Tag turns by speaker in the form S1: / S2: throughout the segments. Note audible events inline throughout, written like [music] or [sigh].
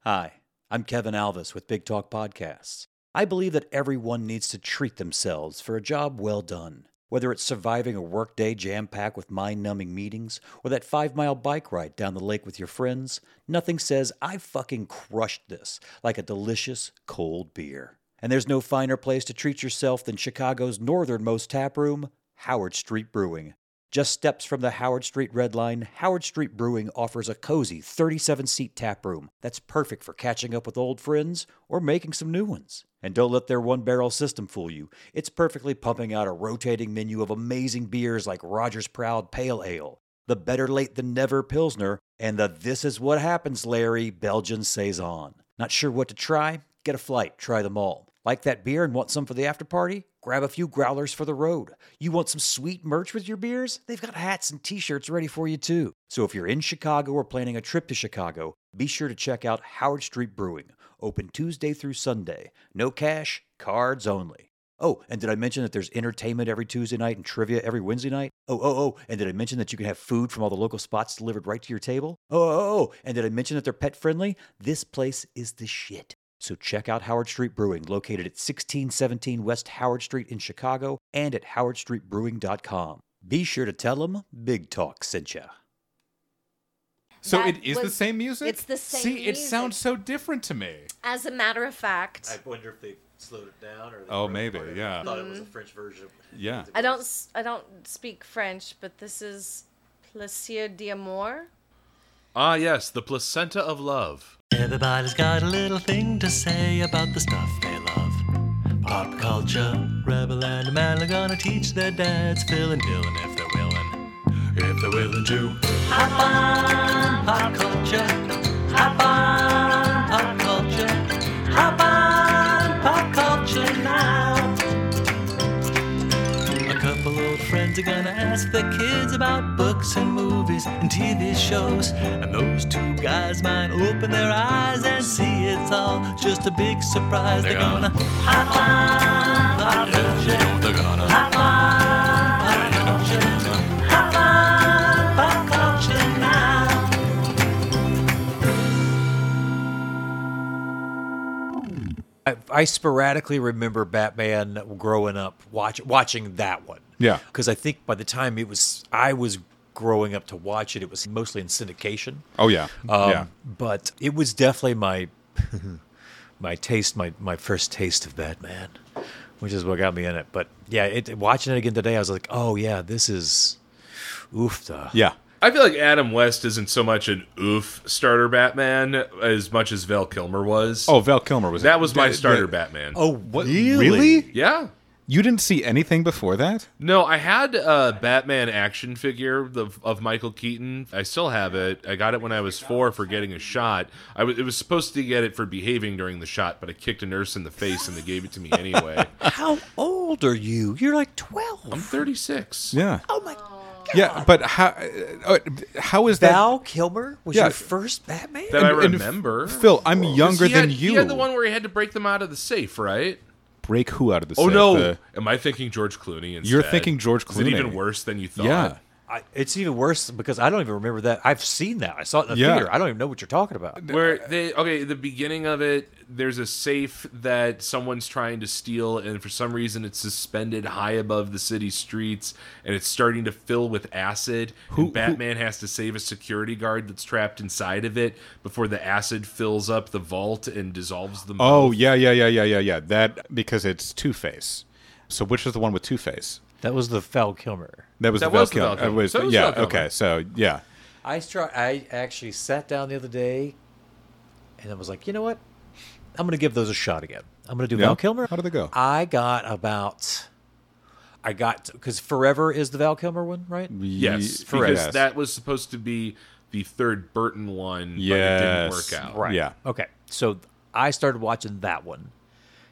S1: Hi, I'm Kevin Alvis with Big Talk Podcasts. I believe that everyone needs to treat themselves for a job well done. Whether it's surviving a workday jam packed with mind numbing meetings or that five mile bike ride down the lake with your friends, nothing says, I fucking crushed this like a delicious cold beer. And there's no finer place to treat yourself than Chicago's northernmost taproom, Howard Street Brewing. Just steps from the Howard Street Red Line, Howard Street Brewing offers a cozy 37 seat tap room that's perfect for catching up with old friends or making some new ones. And don't let their one barrel system fool you. It's perfectly pumping out a rotating menu of amazing beers like Roger's Proud Pale Ale, the Better Late Than Never Pilsner, and the This Is What Happens Larry Belgian Saison. Not sure what to try? Get a flight, try them all. Like that beer and want some for the after party? Grab a few growlers for the road. You want some sweet merch with your beers? They've got hats and t shirts ready for you too. So if you're in Chicago or planning a trip to Chicago, be sure to check out Howard Street Brewing, open Tuesday through Sunday. No cash, cards only. Oh, and did I mention that there's entertainment every Tuesday night and trivia every Wednesday night? Oh, oh, oh, and did I mention that you can have food from all the local spots delivered right to your table? Oh, oh, oh, and did I mention that they're pet friendly? This place is the shit. So check out Howard Street Brewing, located at 1617 West Howard Street in Chicago and at howardstreetbrewing.com. Be sure to tell them Big Talk sent ya.
S2: So
S3: That
S2: it is the
S3: was-
S2: same music.
S3: it's the same
S2: See, it
S3: music.
S2: sounds so different to me.
S3: As a matter of fact,
S1: wonder if they slowed it down or.
S2: Oh, wrote maybe, part of it. yeah. I
S1: thought it was a French version.
S2: Yeah.
S3: I don't s- I don't speak French, but this is Plaisir d'amour.
S4: Ah, yes, the placenta of love.
S5: Everybody's got a little thing to say about the stuff they love. Pop culture, Rebel and a man are gonna teach their dads, Phil and Dylan, if they're willing. If they're willing to. Hop on, pop culture. Hop on, pop culture. Hop on, pop culture now. A couple old friends are gonna ask their kids about books and movies and TV shows. And those two guys might open their eyes and see it's all just a big surprise. They're, gonna, hop on, pop culture. they're gonna hop on, pop culture. Hop on, pop culture now.
S1: I, I sporadically remember Batman growing up watch, watching that one.
S2: Yeah.
S1: Because I think by the time it was, I was growing up to watch it, it was mostly in syndication.
S2: Oh yeah.
S1: Um,
S2: yeah.
S1: But it was definitely my [laughs] my taste, my my first taste of Batman, which is what got me in it. But yeah, it, watching it again today, I was like, oh yeah, this is oof da.
S2: Yeah.
S4: I feel like Adam West isn't so much an oof starter Batman as much as Val Kilmer was.
S2: Oh, Val Kilmer was.
S4: that was my
S2: the-
S4: starter
S2: the-
S4: Batman.
S1: Oh what?
S2: [laughs] Really?
S4: yeah.
S2: You didn't see anything before that?
S4: No, I had a Batman action figure of, of Michael Keaton. I still have it. I got it when I was four for getting a shot. I was, it was supposed to get it for behaving during the shot, but I kicked a nurse in the face and they gave it to me anyway.
S2: [laughs]
S1: How old are you? You're like twelve.
S4: I'm 36.
S2: Yeah.
S1: oh my.
S2: Yeah, but how? uh, how is that?
S1: Val Kilmer was
S2: Yeah.
S1: your first Batman.
S4: That I
S2: And- and
S4: remember.
S2: Phil, I'm younger
S4: He had-
S2: than you.
S4: He had the one where he had to break them out of the safe, right?
S2: Break who out of the?
S4: Oh
S2: safe? uh,
S4: no!
S2: The-
S4: Am I thinking George Clooney? Instead?
S2: You're thinking George
S4: Is it even
S2: Clooney.
S4: worse than you thought?
S2: yeah.
S1: I, it's even worse because I don't even remember that. I've seen that. I saw it in the
S2: Yeah.
S1: theater. I don't even know what you're talking about.
S4: Where they okay, the beginning of it, there's a safe that someone's trying to steal, and for some reason it's suspended high above the city streets, and it's starting to fill with acid. and Batman has to save a security guard that's trapped inside of it before the acid fills up the vault and dissolves the.
S2: Oh
S4: mouth.
S2: yeah, yeah, yeah, yeah, yeah, yeah. That because it's Two Face. So which is the one with Two Face?
S1: That was the Val Kilmer.
S2: That was
S4: That
S2: the Val
S4: was the
S2: Kilmer.
S4: Val Kilmer.
S2: It was-
S4: So it was
S2: yeah.
S4: Val Kilmer.
S2: Okay. So yeah.
S1: I start, I actually sat down the other day, and I was like, you know what? I'm going to give those a shot again. I'm going to do
S2: Yeah?
S1: Val Kilmer.
S2: How did they go?
S1: I got about, I got because Forever is the Val Kilmer one, right?
S4: yes,
S2: Correct.
S4: because that was supposed to be the third Burton one, but it
S2: Yes.
S4: didn't work out.
S1: Right.
S2: Yeah.
S1: Okay. So I started watching that one,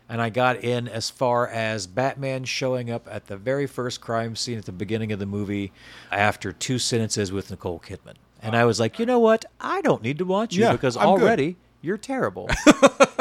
S1: and I got in as far as Batman showing up at the very first crime scene at the beginning of the movie after two sentences with Nicole Kidman. And I was like, you know what? I don't need to watch you
S2: Yeah,
S1: because
S2: I'm good.
S1: already you're
S2: [laughs]
S1: terrible.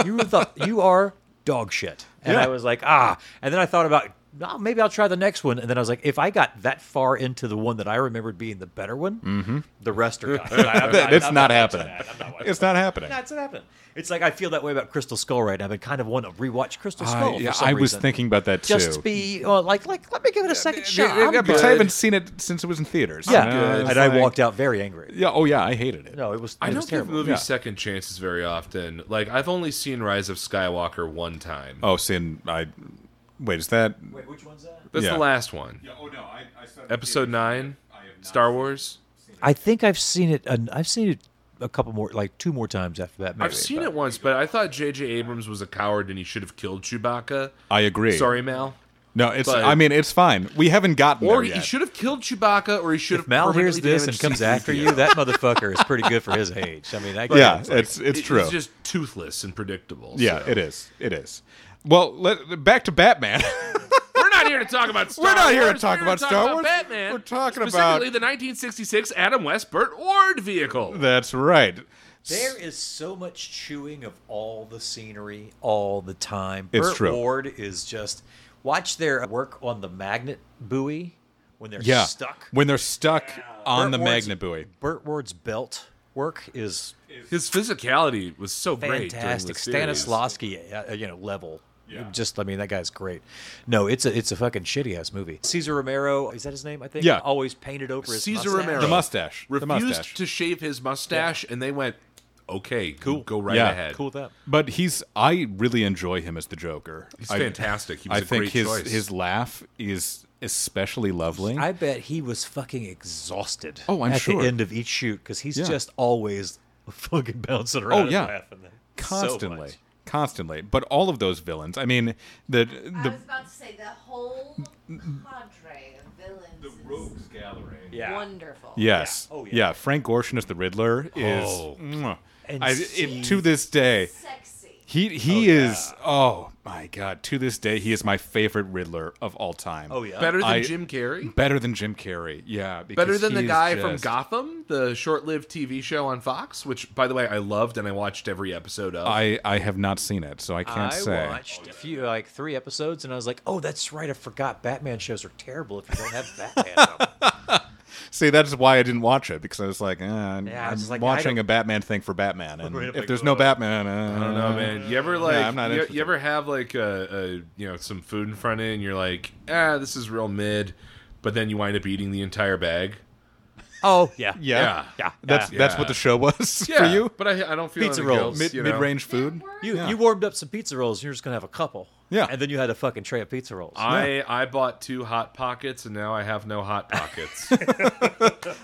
S1: you thought you are dog shit. And
S2: Yeah.
S1: I was like, ah. And then I thought about no, maybe I'll try the next one. And then I was like, if I got that far into the one that I remembered being the better one,
S2: Mm-hmm.
S1: the rest are gone. [laughs] I- I'm not-
S2: it's
S1: I'm
S2: not
S1: watching
S2: happening.
S1: that. I'm not watching
S2: It's not happening.
S1: No, it's not happening. It's like I feel that way about Crystal Skull right now. I've been kind of want to rewatch Crystal
S2: I-
S1: Skull.
S2: yeah,
S1: for some
S2: I was
S1: reason.
S2: thinking about that too.
S1: just to be uh, like, like, let me give it a second
S2: Yeah,
S1: shot.
S2: yeah,
S1: I'm
S2: because
S1: good.
S2: I haven't seen it since it was in theaters.
S1: Yeah,
S2: Uh,
S1: and
S2: it's
S1: I
S2: like-
S1: walked out very angry.
S2: Yeah, oh yeah, I hated it.
S1: No, it was. It
S4: I
S1: was
S4: don't give
S1: terrible.
S4: movies
S2: Yeah.
S4: second chances very often. Like I've only seen Rise of Skywalker one time.
S2: Oh, seeing I wait, is that
S1: Wait, which one's that?
S4: That's
S2: yeah.
S4: the last one.
S2: oh no, I, I
S4: Episode nine, Star Wars.
S1: I think I've seen it. an- I've seen it a couple more, like two more times after that. Maybe,
S4: I've seen
S1: but-
S4: it once, but I thought J.J. Abrams was a coward and he should have killed Chewbacca.
S2: I agree.
S4: Sorry, Mal.
S2: No, it's
S4: but-
S2: I mean it's fine. We haven't gotten
S4: Or
S2: there
S4: he
S2: yet.
S4: should have killed Chewbacca, or he should
S1: If
S4: have.
S1: Mal hears
S4: permanently
S1: this and
S4: damaged
S1: comes
S4: C3PO.
S1: after you, that motherfucker is pretty good for his age. I mean, I
S2: yeah,
S1: guess.
S2: it's it's
S4: It-
S2: true.
S4: It's just toothless and predictable.
S2: yeah,
S4: so.
S2: it is. It is. Well, let, back to Batman. [laughs]
S4: We're not here to talk about Star
S2: We're not here to
S4: Wars.
S2: talk
S4: We're
S2: about
S4: talking
S2: Star Wars.
S4: Batman.
S2: We're talking about-
S4: specifically the 1966 Adam West Burt Ward vehicle.
S2: That's right.
S1: There is so much chewing of all the scenery all the time.
S2: It's
S1: Burt
S2: true.
S1: Ward is just watch their work on the magnet buoy when they're
S2: Yeah,
S1: stuck
S2: when they're stuck on
S1: Burt
S2: the
S1: Ward's-
S2: magnet buoy.
S1: Burt Ward's belt work is
S4: His physicality was so great. during
S1: fantastic.
S4: the series.
S1: Stanislavski, uh, you know, level. Just, I mean, that guy's great. No, it's a it's a fucking shitty ass movie. Caesar Romero, is that his name? I think.
S2: Yeah.
S1: Always painted over his
S4: Cesar
S1: mustache.
S4: Romero.
S2: The mustache. the
S4: refused
S2: mustache.
S4: to shave his mustache, and they went, "Okay, cool, go right
S2: Yeah.
S4: ahead."
S1: Cool with that.
S2: But he's I really enjoy him as the Joker.
S4: He's
S2: I-
S4: fantastic. He was
S2: I
S4: a
S2: think
S4: great
S2: his
S4: choice.
S2: his laugh is especially lovely.
S1: I bet he was fucking exhausted.
S2: Oh, I'm
S1: at
S2: sure.
S1: the end of each shoot because he's
S2: Yeah. Oh,
S1: just always [laughs] fucking bouncing around. and
S2: yeah.
S1: laughing so
S2: constantly,
S1: much.
S2: constantly. But all of those villains. I mean, the
S6: I
S2: the
S6: was about to say the whole cadre of villains. is
S2: Gallery.
S1: Yeah.
S6: Wonderful.
S2: Yes.
S1: Yeah.
S2: Yeah.
S1: Oh, yeah.
S2: Frank Gorshin as the Riddler is
S4: Oh.
S2: Mwah.
S1: And
S2: I, it,
S1: he's-
S2: to this day.
S6: Sexy.
S2: He he is oh my god to this day he is my favorite Riddler of all time.
S1: Oh yeah.
S4: Better than
S2: I-
S4: Jim Carrey.
S2: better than Jim Carrey. Yeah, because
S4: Better than the
S2: he's
S4: guy from
S2: just-
S4: Gotham, the short-lived TV show on Fox, which, by the way, I loved and I watched every episode of.
S2: I I have not seen it, so I can't
S1: I
S2: say.
S1: watched a few, like three episodes, and I was like, "Oh, that's right. I forgot. Batman shows are terrible if you don't have Batman." in 'em."
S2: See, that's why I didn't watch it because I was like, eh, I'm,
S1: Yeah, I
S2: I'm
S1: was like, I
S2: watching
S1: don't-
S2: a Batman thing for Batman, and
S1: Right, I'm
S2: if
S1: like,
S2: there's
S1: uh,
S2: no Batman, uh,
S4: I don't know, man. Um, You ever like
S2: I'm not
S4: you,
S2: interested.
S4: you ever have like a, a you know some food in front of you and you're like, ah, this is real mid, but then you wind up eating the entire bag.
S1: [laughs] oh yeah.
S2: Yeah,
S4: Yeah. Yeah.
S2: That's
S4: Yeah.
S2: that's what the show was [laughs]
S4: Yeah,
S2: for you.
S4: but I, I don't feel
S1: Pizza
S4: anything
S1: rolls,
S4: else,
S2: Mid
S4: you know?
S2: mid range food.
S1: You
S2: Yeah.
S1: you warmed up some pizza rolls. and You're just gonna have a couple.
S2: Yeah.
S1: And then you had a fucking tray of pizza rolls.
S4: I I bought two hot pockets and now I have no hot pockets.
S2: [laughs]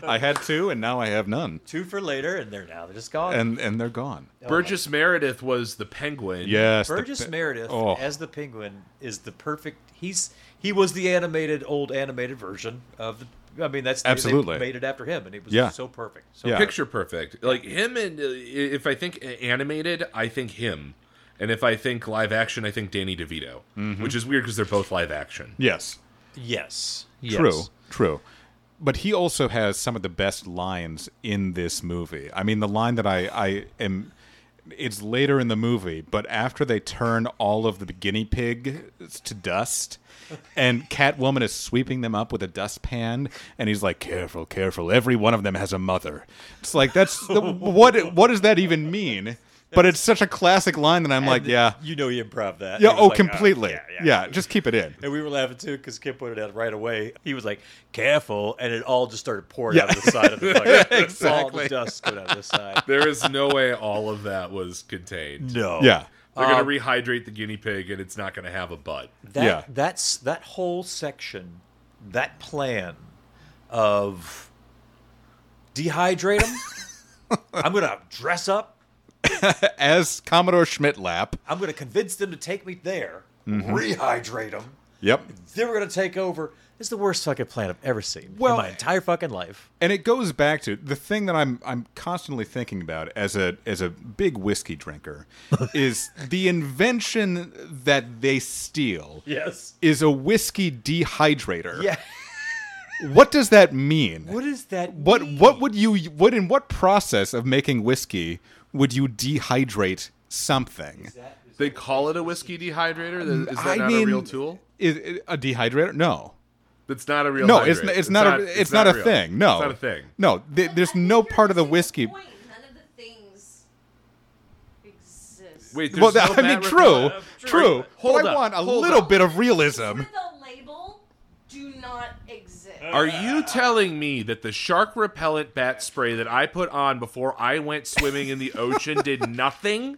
S2: I had two, and now I have none,
S1: Two for later, and they're now they're just gone.
S2: and and they're gone.
S4: Burgess Meredith was the penguin.
S2: Yes, the
S1: Burgess
S2: pe-
S1: Meredith
S2: Oh.
S1: as the Penguin is the perfect. He's he was the animated old animated version of the. I mean, that's they- they
S2: Absolutely.
S1: made it after him, and it was
S2: Yeah.
S1: so perfect. So
S2: Yeah.
S4: Picture perfect. Like him and uh, if I think animated, I think him. And if I think live action, I think Danny DeVito, which is weird because they're both live action.
S2: Yes.
S1: yes,
S2: True,
S1: Yes.
S2: true. But he also has some of the best lines in this movie. I mean, the line that I, I am. It's later in the movie, but after they turn all of the guinea pigs
S1: [laughs]
S2: to dust, and Catwoman is sweeping them up with a dustpan, and he's like, "Careful, careful! Every one of them has a mother." It's like that's
S1: [laughs]
S2: the, what? What does that even mean? But it's such a classic line that I'm like, yeah,
S1: You know, he improv that.
S2: yeah,
S1: He was
S2: oh,
S1: like, uh,
S2: completely,
S1: yeah, yeah.
S2: yeah. Just keep it in.
S1: And we were laughing too because Kim pointed out right away. He was like, "Careful!" and it all just started pouring out of the side
S2: [laughs]
S1: of the fucking. [laughs] All the
S2: Exactly.
S1: dust coming out of the
S2: [laughs]
S1: side.
S4: There is no way all of that was contained.
S1: No.
S2: Yeah,
S4: They're gonna rehydrate the guinea pig, and it's not gonna have a butt.
S1: That
S2: Yeah.
S1: that's that whole section, that plan of dehydrate them. [laughs] I'm gonna dress up.
S2: as Commodore Schmidtlap.
S1: I'm gonna convince them to take me there. Rehydrate them.
S2: Yep.
S1: Then we're gonna take over. It's the worst fucking plan I've ever seen
S2: Well-
S1: in my entire fucking life.
S2: And it goes back to the thing that I'm I'm constantly thinking about as a as a big whiskey [laughs] drinker is the invention that they steal
S1: Yes.
S2: is a whiskey dehydrator.
S1: Yeah.
S2: [laughs] What does that mean?
S1: What is that?
S2: what
S1: mean?
S2: what would you what in what process of making whiskey would you dehydrate something?
S4: They call it a whiskey dehydrator. Is that
S2: I
S4: not
S2: mean,
S4: a real tool?
S2: Is it a dehydrator? No.
S4: That's not a real.
S2: No,
S4: hydrate.
S2: it's, n- it's, not, a, it's, not, a
S4: real.
S2: thing. No.
S4: it's not a thing.
S2: No, th-
S6: But I
S2: there's
S6: think
S2: no
S6: you're
S2: part of the
S6: missing
S2: whiskey.
S6: point. None of the things exist.
S2: [laughs]
S4: Wait,
S2: well,
S4: there's no
S2: I mean,
S4: bat
S2: true,
S4: repellent.
S2: true.
S4: Hold
S2: but I
S4: up,
S2: want a
S4: hold
S2: little
S4: up.
S2: bit of realism.
S6: These are the label do not exist.
S4: Are you telling me that the shark repellent bat spray that I put on before I went swimming in the ocean did [laughs] nothing?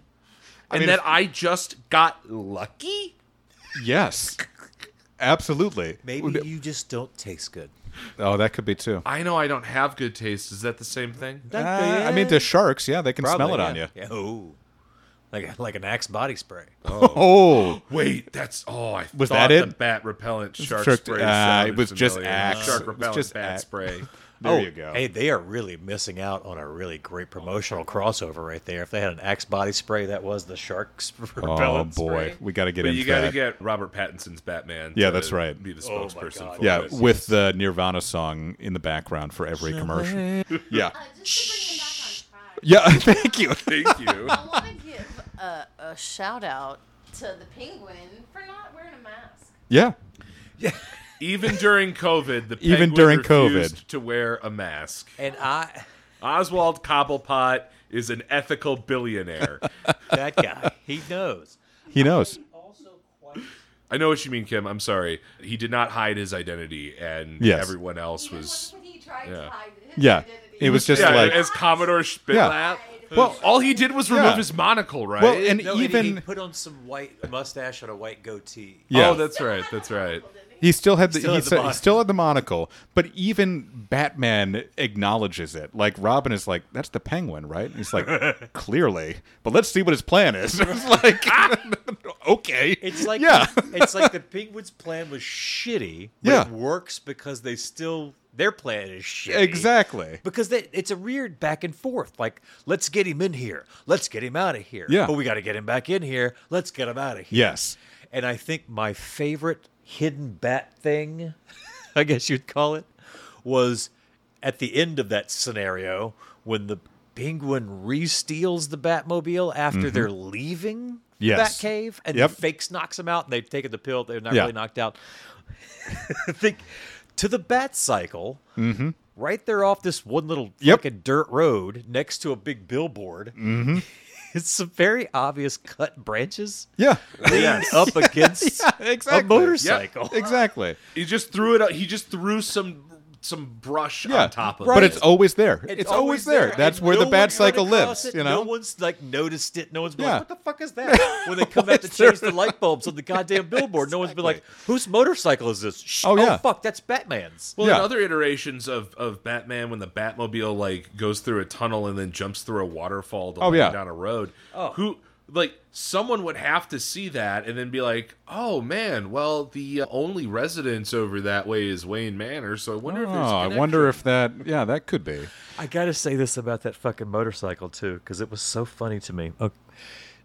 S4: And
S2: mean,
S4: that
S2: if-
S4: I just got lucky?
S2: Yes, absolutely.
S1: Maybe you just don't taste good.
S2: Oh, that could be too.
S4: I know I don't have good taste. Is that the same thing?
S2: Uh, I mean, to sharks, yeah, they can smell it
S1: Probably,
S2: on you.
S1: yeah. Yeah, ooh. Like like an Axe body spray.
S2: Oh,
S4: Wait, that's oh, I
S2: Was
S4: thought
S2: that
S4: the
S2: it?
S4: bat repellent shark,
S2: Shark-
S4: spray.
S2: uh,
S4: sounded
S2: it was just
S4: familiar.
S2: Axe. It
S4: Shark
S2: was
S4: repellent
S2: just
S4: bat
S2: Axe.
S4: spray.
S2: there
S1: oh,
S2: you go.
S1: Hey, they are really missing out on a really great
S2: Oh,
S1: promotional crossover right there. If they had an Axe body spray, that was the shark's [laughs]
S2: oh
S1: repellent
S2: boy,
S1: spray.
S2: we got to get
S4: But
S2: into
S4: you got to
S2: that.
S4: get Robert Pattinson's Batman.
S2: Yeah,
S4: to
S2: that's right.
S4: Be the
S1: Oh my
S4: spokesperson.
S1: God,
S4: for
S2: yeah,
S4: this.
S2: with the Nirvana song in the background for every commercial.
S1: [laughs]
S2: Yeah,
S6: Uh, just
S2: yeah.
S6: to bring them back on track.
S2: Thank you. [laughs]
S4: Thank you.
S6: I want to give a, a shout out to the penguin for not wearing a mask.
S2: Yeah,
S4: Even during COVID, the
S2: Even
S4: penguin
S2: during
S4: refused
S2: COVID.
S4: to wear a mask.
S1: And I
S4: Oswald Cobblepot is an ethical billionaire.
S1: [laughs] that guy, he knows.
S2: he knows.
S1: Also quite
S4: I know what you mean, Kim. I'm sorry. He did not hide his identity, and
S2: Yes.
S4: everyone else
S6: Even
S4: was.
S6: when he tried
S4: yeah.
S6: to hide his
S2: Yeah,
S6: identity.
S2: it was just
S4: Yeah,
S2: like-
S4: as Commodore Spitlat.
S2: Well-
S4: all he did was remove
S2: Yeah.
S4: his monocle, right? Oh,
S2: Well, and
S1: no, even
S2: even
S1: he put on some white mustache and a white goatee.
S2: yeah.
S4: Oh, that's right. That's right.
S2: He still had the,
S1: Still
S2: he,
S1: had the
S2: said- he
S1: monocle.
S2: still had the monocle, but even Batman acknowledges it. Like Robin is like, "That's the Penguin, right?" And he's
S4: [laughs]
S2: like, "Clearly, but let's see what his plan is." [laughs] it's like, okay,
S1: It's like
S2: yeah,
S1: it's like [laughs] the penguins' plan was shitty. But
S2: Yeah.
S1: it works because they still their plan is shitty.
S2: [laughs] exactly.
S1: Because they, it's a weird back and forth. Like, let's get him in here. Let's get him out of here.
S2: Yeah.
S1: But we got to get him back in here. Let's get him out of here.
S2: Yes,
S1: And I think my favorite hidden bat thing, [laughs] I guess you'd call it, was at the end of that scenario when the penguin re-steals the Batmobile after they're leaving
S2: Mm-hmm. Yes.
S1: Batcave and
S2: Yep.
S1: fakes knocks them out and they've taken the pill. They're not
S2: Yeah.
S1: really knocked out. [laughs] I think to the Bat Cycle. Right there off this one little
S2: Mm-hmm. Yep. Mm-hmm.
S1: fucking dirt road next to a big billboard. [laughs] It's some very obvious cut
S2: [laughs]
S1: branches
S4: [laughs]
S2: yeah,
S1: leaned up against
S2: exactly.
S1: a motorcycle.
S2: exactly.
S4: He just threw it. out- He just threw some some brush
S2: Yeah,
S4: on top of
S2: but
S4: it.
S2: it's always there. It's, always, there. That's
S1: and
S2: where
S1: no
S2: the bad
S1: one's run
S2: cycle
S1: across
S2: lives.
S1: it.
S2: You
S1: no
S2: know,
S1: one's like noticed it. No one's been
S2: Yeah.
S1: like, "What the fuck is that?" When they come
S2: [laughs]
S1: out to
S2: What's there?
S1: change the light bulbs on the goddamn billboard, no one's been like, "Whose motorcycle is this?" Shh,
S2: Oh, yeah.
S1: fuck, that's Batman's.
S4: Well, in
S2: Yeah.
S4: other iterations of, of Batman, when the Batmobile like goes through a tunnel and then jumps through a waterfall to
S2: Oh,
S4: land
S2: yeah.
S4: down a road,
S1: Oh.
S4: who like someone would have to see that and then be like, "Oh man, well the uh, only residence over that way is Wayne Manor, so I wonder if
S2: oh,
S4: there's a
S2: I
S4: connection."
S2: wonder if that. Yeah, that could be.
S1: I gotta say this about that fucking motorcycle too, because it was so funny to me. Okay.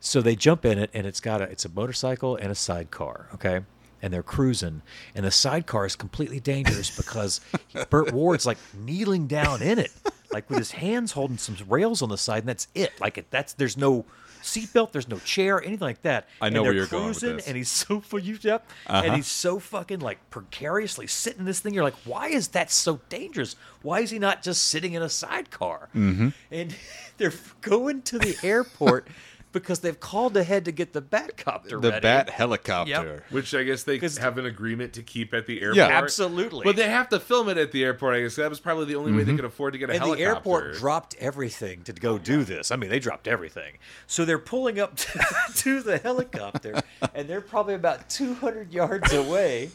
S1: So they jump in it, and it's got a it's a motorcycle and a sidecar, okay, and they're cruising, and the sidecar is completely dangerous because [laughs] Burt Ward's like kneeling down in it, like with his hands holding some rails on the side, and that's it. Like it, that's there's no seatbelt, there's no chair, anything like that.
S2: I
S1: And
S2: know where
S1: they're
S2: you're going with
S1: cruising,
S2: this.
S1: And he's so [laughs] for you, Jeff, and
S2: Uh-huh.
S1: he's so fucking like precariously sitting in this thing. You're like, why is that so dangerous? Why is he not just sitting in a sidecar?
S2: Mm-hmm.
S1: And [laughs] they're going to the
S2: [laughs]
S1: airport because they've called ahead to get the Batcopter
S2: The
S1: ready.
S2: bat helicopter.
S4: Which I guess they
S1: 'Cause-
S4: have an agreement to keep at the airport.
S2: Yeah.
S1: Absolutely.
S4: But they have to film it at the airport. I guess that was probably the only way they
S2: Mm-hmm.
S4: could afford to get a
S1: and the
S4: helicopter.
S1: airport
S4: [laughs]
S1: dropped everything to go do this. I mean, they dropped everything. So they're pulling up [laughs] to, to the helicopter, and they're probably about 200 yards away.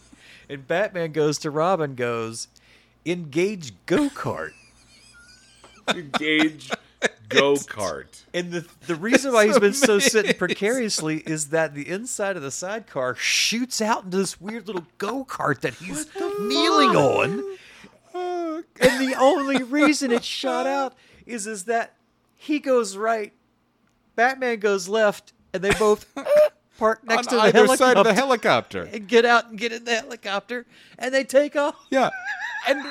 S1: And Batman goes to Robin, goes, engage go kart. [laughs]
S4: Engage go kart.
S1: And the the reason why he's been so sitting precariously is that the inside of the sidecar shoots out into this weird little go kart that he's kneeling on. And the only reason it shot out is is that he goes right, Batman goes left, and they both [laughs] park next
S2: On
S1: to the
S2: either
S1: helicopter
S2: side of the helicopter.
S1: and get out and get in the helicopter, and they take off.
S2: Yeah. And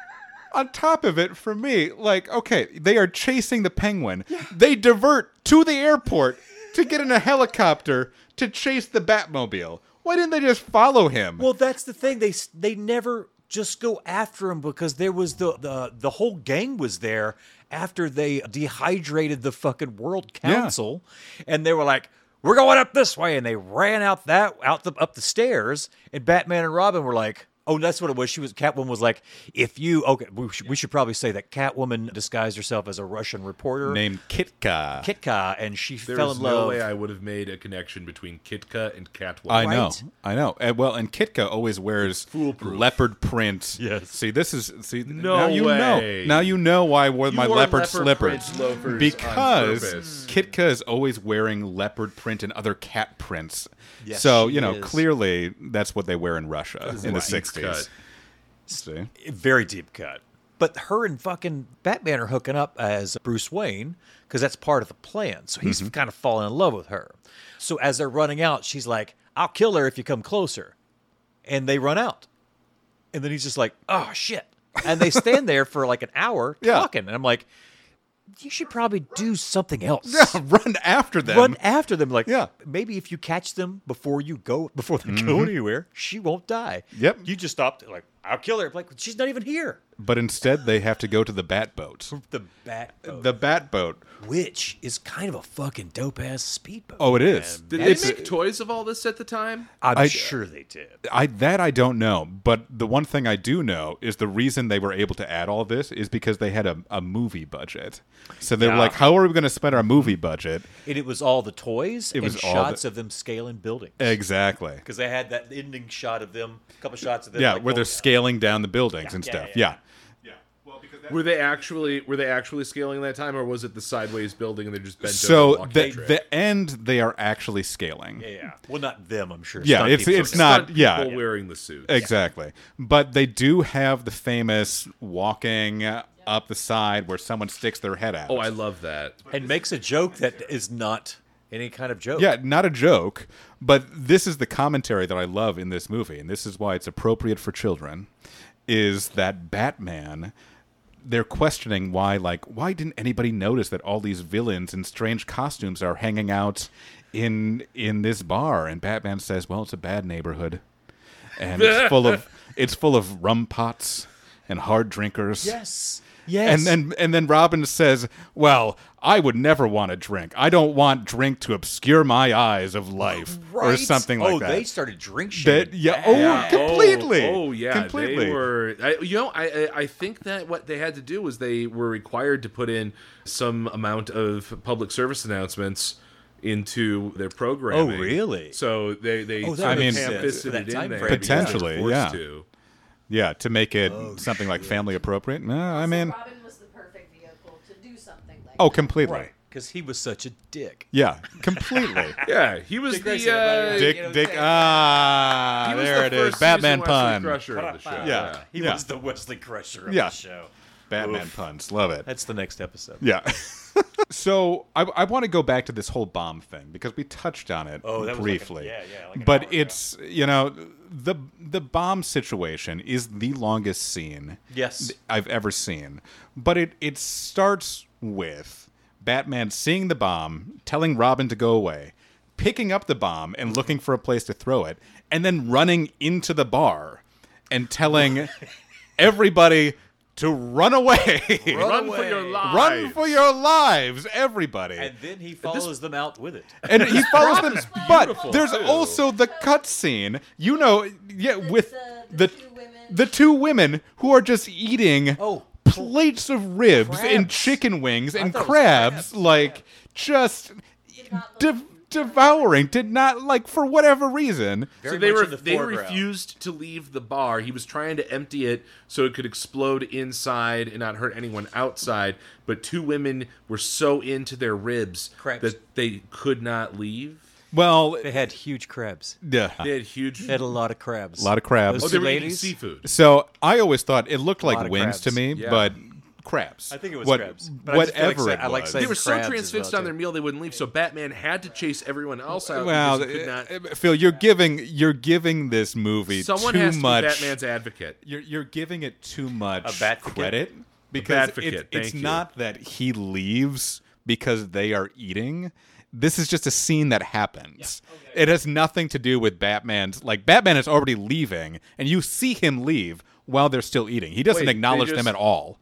S1: [laughs]
S2: on top of it, for me, like, okay, they are chasing the penguin. They divert to the airport to get in a helicopter to chase the Batmobile. Why didn't they just follow him?
S1: Well, that's the thing. They s- they never just go after him because there was the the the whole gang was there after they dehydrated the fucking World
S2: Yeah.
S1: Council, and they were like. We're going up this way, and they ran out that out the up the stairs. And Batman and Robin were like, "Oh, that's what it was." She was Catwoman was like, "If you okay, we should, we should probably say that Catwoman disguised herself as a Russian reporter
S2: named Kitka.
S1: Kitka, and she
S4: There
S1: fell
S4: is
S1: in
S4: no
S1: love."
S4: way I would have made a connection between Kitka and Catwoman.
S2: I know,
S1: Right.
S2: I know. And, well, and Kitka always wears
S4: Foolproof.
S2: leopard print.
S1: Yes.
S2: See, this is see.
S4: No
S2: now you
S4: way.
S2: know. Now you know why I wore
S4: You
S2: my
S4: wore
S2: leopard,
S4: leopard print
S2: slippers
S4: loafers on
S2: because
S4: purpose.
S2: Kitka is always wearing leopard print and other cat prints. so
S1: she
S2: you know
S1: is.
S2: clearly that's what they wear in Russia in the
S4: Right. Cut.
S2: sixties. See,
S1: very deep cut. But her and fucking Batman are hooking up as Bruce Wayne because that's part of the plan. So
S2: Mm-hmm.
S1: he's kind of falling in love with her. So as they're running out, she's like, I'll kill her if you come closer. And they run out. And then he's just like, oh shit. And
S2: [laughs]
S1: they stand there for like an hour
S2: Yeah.
S1: talking. And I'm like, you should probably do something else.
S2: run after [laughs] them.
S1: Run after them. Like,
S2: Yeah.
S1: maybe if you catch them before you go, before they go anywhere, she won't die.
S2: Mm-hmm. Yep.
S1: You just stopped, like, I'll kill her. Like, she's not even here.
S2: But instead, they have to go to the bat boat.
S1: The bat,
S2: The bat boat.
S1: which is kind of a fucking dope ass speedboat.
S2: Oh, it is.
S4: Did
S2: it's
S4: they make toys of all this at the time?
S1: I'm
S2: I-
S1: sure they did.
S2: I that I don't know, but the one thing I do know is the reason they were able to add all this is because they had a, a movie budget. So they were
S1: Yeah.
S2: like, "How are we going to spend our movie budget?"
S1: And it was all the toys
S2: It was
S1: and
S2: all
S1: shots
S2: the-
S1: of them scaling buildings.
S2: Exactly.
S1: Because they had that ending shot of them, a couple shots of them.
S2: Yeah,
S1: like, oh,
S2: where they're
S1: going down.
S2: scaling down the buildings and
S1: yeah,
S2: stuff.
S1: yeah,
S2: Yeah. Yeah. Well, because
S4: Were they actually were they actually scaling that time, or was it the sideways building and they're just bent over?
S2: so
S4: walking
S2: the
S4: trick?
S2: the end they are actually scaling.
S1: Yeah, yeah. Well, not them, I'm sure.
S2: Yeah,
S1: Stunt
S2: it's-
S1: people
S2: it's
S1: are-
S2: not-
S4: Stunt
S2: yeah.
S4: people wearing the suits.
S2: Exactly. But they do have the famous walking up the side where someone sticks their head out.
S4: Oh, I love that.
S1: And makes a joke that is not any kind of joke.
S2: Yeah, not a joke, but this is the commentary that I love in this movie, and this is why it's appropriate for children, is that Batman they're questioning why like why didn't anybody notice that all these villains in strange costumes are hanging out in in this bar and Batman says, "Well, it's a bad neighborhood." And
S1: [laughs]
S2: it's full of it's full of rum pots and hard drinkers.
S1: Yes. Yes.
S2: And then and then Robin says, "Well, I would never want to drink. I don't want drink to obscure my eyes of life or
S1: Right?
S2: something like
S1: oh,
S2: that."
S1: they started drink
S2: That-
S1: shit.
S2: yeah, oh, completely.
S4: Oh, oh, yeah,
S2: completely.
S4: They were. I, you know, I I- I think that what they had to do was they were required to put in some amount of public service announcements into their programming.
S1: Oh, really?
S4: So they they
S1: Oh, that
S4: sort of
S2: makes
S1: sense. For
S4: ham-fisted
S1: that
S4: it in
S1: time
S4: there
S1: frame.
S4: because they were
S2: Potentially,
S4: forced
S2: yeah.
S4: to.
S2: yeah, to make it
S4: Oh,
S2: something like family appropriate. No, I mean,
S6: Robin was the perfect vehicle to do something like
S2: oh,
S6: that.
S2: completely.
S1: Right. Because he was such a dick.
S2: Yeah, completely.
S4: [laughs] Yeah, he was the uh,
S2: Dick,
S4: he
S2: Dick. Ah,
S4: was
S2: there
S4: the
S2: it is.
S4: first
S2: Batman
S4: season Wesley
S2: pun.
S4: Crusher of the show.
S2: Yeah.
S1: Uh, He
S2: Yeah.
S1: was the Wesley Crusher of
S2: Yeah.
S1: the show.
S2: Batman puns. Love it.
S1: That's the next episode.
S2: Yeah. [laughs] so I, I want to go back to this whole bomb thing because we touched on it
S1: Oh, that was like a-
S2: briefly.
S1: yeah, yeah, like an hour
S2: but
S1: ago.
S2: it's you know the the bomb situation is the longest scene
S1: Yes.
S2: I've ever seen. But it it starts with Batman seeing the bomb, telling Robin to go away, picking up the bomb and looking for a place to throw it, and then running into the bar
S1: [laughs]
S2: and telling everybody to run away. [laughs]
S4: Run for your life.
S2: Run for your lives, everybody.
S1: And
S2: And,
S1: then he follows them out with it. [laughs]
S2: he follows them. But
S4: beautiful,
S2: there's
S4: too.
S2: also the cutscene, you know, yeah, with the
S6: the two women.
S2: the two women who are just eating
S1: Oh,
S2: plates of ribs and
S1: crabs.
S2: chicken wings and
S1: thought it was
S2: crabs,
S1: crabs.
S2: like just
S6: not
S2: de- devouring. Did not like for whatever reason.
S1: Very
S4: so they
S1: much
S4: were
S1: in the
S4: they
S1: foreground.
S4: refused to leave the bar. He was trying to empty it so it could explode inside and not hurt anyone outside. But two women were so into their ribs
S1: Correct.
S4: that they could not leave.
S2: Well,
S1: They had huge crabs.
S2: yeah.
S4: They had huge.
S1: They had a lot of crabs. A
S2: lot of crabs.
S4: oh,
S1: Those
S4: they
S1: two
S4: were
S1: ladies.
S4: eating seafood.
S2: So I always thought it looked like
S1: lot of
S2: wings to
S1: crabs.
S2: me,
S4: Yeah.
S2: but crabs.
S1: I think it was
S2: What-
S1: crabs. But I just feel like
S2: Whatever
S1: say-
S2: it
S1: I like
S2: was.
S1: saying
S4: They were so
S1: crabs as well,
S4: transfixed
S1: too.
S4: on their meal they wouldn't leave. So Batman had to chase everyone else out.
S2: Well,
S4: because he could not.
S2: uh, Phil, you're giving you're giving this movie
S4: someone
S2: too
S4: has to
S2: much.
S4: be Batman's advocate.
S2: you're you're giving it too much
S1: A bat advocate?
S2: credit because
S4: advocate,
S2: it- it's
S4: thank you.
S2: not that he leaves because they are eating. This is just a scene that happens.
S4: Oh,
S2: It has nothing to do with Batman's. Like Batman is already leaving, and you see him leave while they're still eating. He doesn't
S4: Wait, they
S2: acknowledge
S4: just-
S2: them at all.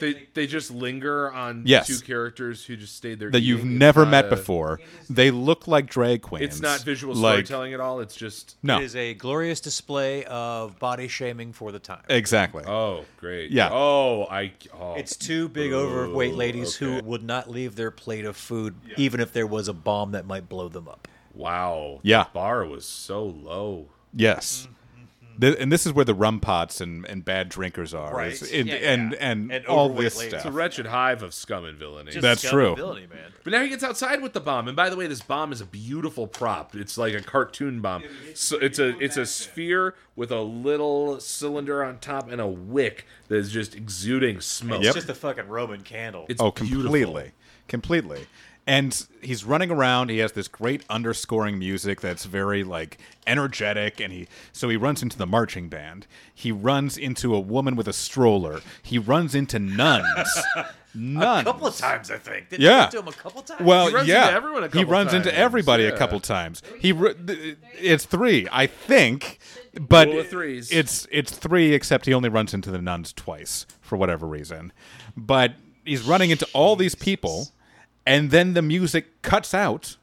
S4: They they just linger on
S2: Yes.
S4: two characters who just stayed there
S2: That you've
S4: eating. It's
S2: never
S4: not
S2: met
S4: a-
S2: before. They look like drag queens.
S4: uh, It's not visual
S2: like,
S4: storytelling at all. It's just
S2: No,
S7: It is a glorious display of body shaming for the time.
S2: exactly.
S4: oh great
S2: Yeah.
S4: oh I oh.
S7: It's two big overweight ladies
S2: Oh,
S7: who would not leave their plate of food even if there was a bomb that might blow them up.
S4: wow
S2: Yeah.
S4: bar was so low
S2: Yes.
S7: Mm-hmm.
S2: Th- and this is where the rum pots and, and bad drinkers are.
S7: Right.
S2: It's- and,
S7: Yeah,
S2: and,
S7: yeah.
S2: and
S7: And
S2: all
S7: overweight
S2: this
S7: ladies.
S2: stuff.
S4: it's a wretched hive of scum and villainy
S7: Just
S2: That's true.
S7: scummability, man.
S4: But now he gets outside with the bomb, and by the way, this bomb is a beautiful prop. It's like a cartoon bomb. So it's a it's a sphere with a little cylinder on top and a wick that is just exuding smoke.
S2: Yep.
S7: It's just a fucking Roman candle.
S4: It's
S2: oh,
S4: beautiful.
S2: completely. Completely. And he's running around. He has this great underscoring music that's very like energetic, and he so he runs into the marching band. He runs into a woman with a stroller. He runs into
S7: [laughs]
S2: nuns, nuns.
S7: a couple of times, I think. Didn't
S2: Yeah.
S7: you do him a couple times?
S2: Well,
S4: He runs
S2: yeah,
S4: into everyone a
S2: he
S4: couple
S2: runs into
S4: times,
S2: everybody a
S4: yeah.
S2: couple times. He ru- th- it's three, I think, but
S4: Rule of threes.
S2: it's it's three except he only runs into the nuns twice for whatever reason. But he's running into all these people, and then the music cuts out,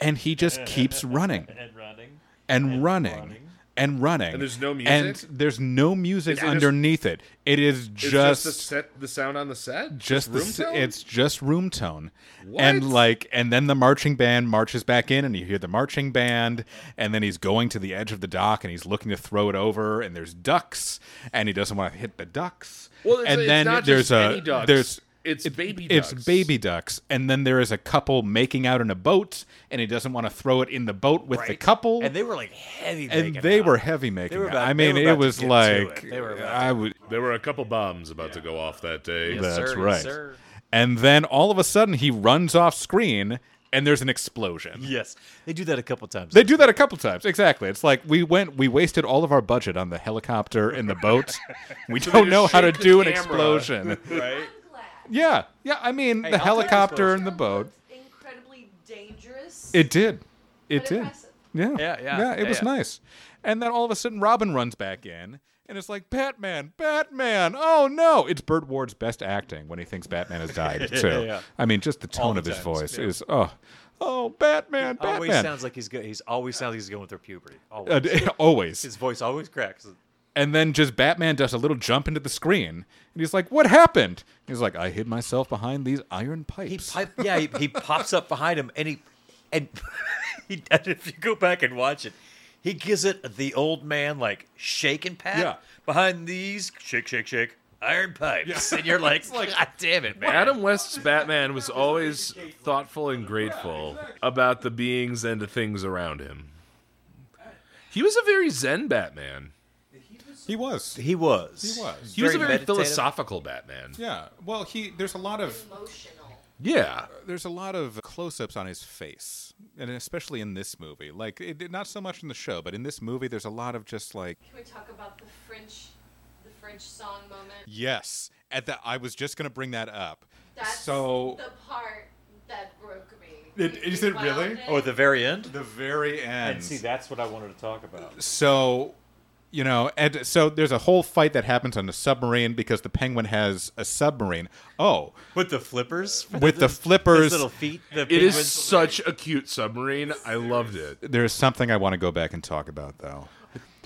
S2: and he
S4: [laughs]
S2: just keeps running
S7: and running.
S2: and, running. And running,
S4: And there's no
S2: and
S4: music?
S2: there's no music
S4: Is it just-
S2: underneath it. It is
S4: It's
S2: just
S4: just, the set, the sound on the set,
S2: just
S4: room
S2: the, s-
S4: tone?
S2: it's just room tone
S4: What?
S2: and like and then the marching band marches back in and you hear the marching band and then he's going to the edge of the dock and he's looking to throw it over and there's ducks and he doesn't want to hit the ducks
S4: Well, it's-
S2: and
S4: it's
S2: then
S4: not
S2: there's
S4: just
S2: a
S4: any ducks.
S2: there's
S4: It's
S2: it-
S4: baby ducks.
S2: it's baby ducks and then there is a couple making out in a boat and he doesn't want to throw it in the boat with the couple
S7: And they were like heavy.
S2: and
S7: making
S2: they
S7: out.
S2: were heavy making
S7: were
S2: out.
S7: about-
S2: i
S7: they
S2: mean
S7: were
S2: it
S7: about to
S2: was
S7: get to
S2: like
S7: it. They were about
S2: i would
S4: there were a couple bombs about to go off that day.
S7: Yes,
S2: that's
S7: sir, yes,
S2: right.
S7: sir.
S2: And then all of a sudden he runs off screen and there's an explosion.
S7: [laughs] Yes, they do that a couple times.
S2: They do that a couple times. Exactly. It's like we went we wasted all of our budget on the helicopter and the
S4: [laughs]
S2: boat. We
S4: they
S2: don't know
S4: just
S2: how to
S4: shake the
S2: do an
S4: camera.
S2: explosion.
S7: [laughs]
S4: [laughs] Right?
S2: Yeah. Yeah, I mean the
S7: I'll take
S2: helicopter
S7: explosion.
S2: and the boat.
S6: Incredibly dangerous.
S2: It did. It
S6: But
S2: did.
S6: impressive.
S2: Yeah.
S7: Yeah, yeah,
S2: Yeah, it
S7: yeah,
S2: was
S7: yeah.
S2: nice. And then all of a sudden Robin runs back in and it's like Batman, Batman. Oh no. It's Burt Ward's best acting when he thinks Batman has died too.
S7: [laughs] yeah, yeah.
S2: I mean just the tone
S7: the
S2: of his
S7: times,
S2: voice
S7: yeah.
S2: is oh Oh, Batman,
S7: always
S2: Batman.
S7: sounds like he's go- he's always sounds like he's going through puberty. Always.
S2: Uh, d- [laughs] always.
S7: His voice always cracks.
S2: And then just Batman does a little jump into the screen, and he's like, "What happened?" He's like, "I hid myself behind these iron
S7: He
S2: pipes."
S7: pipe, yeah, he, he pops up behind him and he and [laughs] he and if you go back and watch it, he gives it the old man like shake and pat
S2: Yeah.
S7: behind these shake shake shake iron pipes, and you're
S1: [laughs]
S7: like, God damn it, man!
S4: Adam West's Batman was always thoughtful and grateful about the beings and the things around him. He was a very zen Batman.
S2: he was.
S7: He was.
S2: He was.
S4: He was a very
S7: meditative.
S4: philosophical Batman.
S2: Yeah. Well, he there's a lot of
S6: Emotional.
S4: Yeah.
S2: Uh, there's a lot of close-ups on his face, and especially in this movie. Like, it, not so much in the show, but in this movie, there's a lot of just like
S6: Can we talk about the French, the French song moment?
S2: yes. At that, I was just gonna bring that up.
S6: That's
S2: so
S6: the part that broke me.
S2: It- is it really?
S7: Oh, at the very end.
S2: the very end.
S7: that's what I wanted to talk about.
S2: so you know and so there's a whole fight that happens on the submarine because the penguin has a submarine oh
S7: With the flippers,
S2: with the flippers
S7: his little feet. The
S4: It is
S7: penguins-
S4: such a cute submarine. I loved it.
S2: there's something i want to go back and talk about though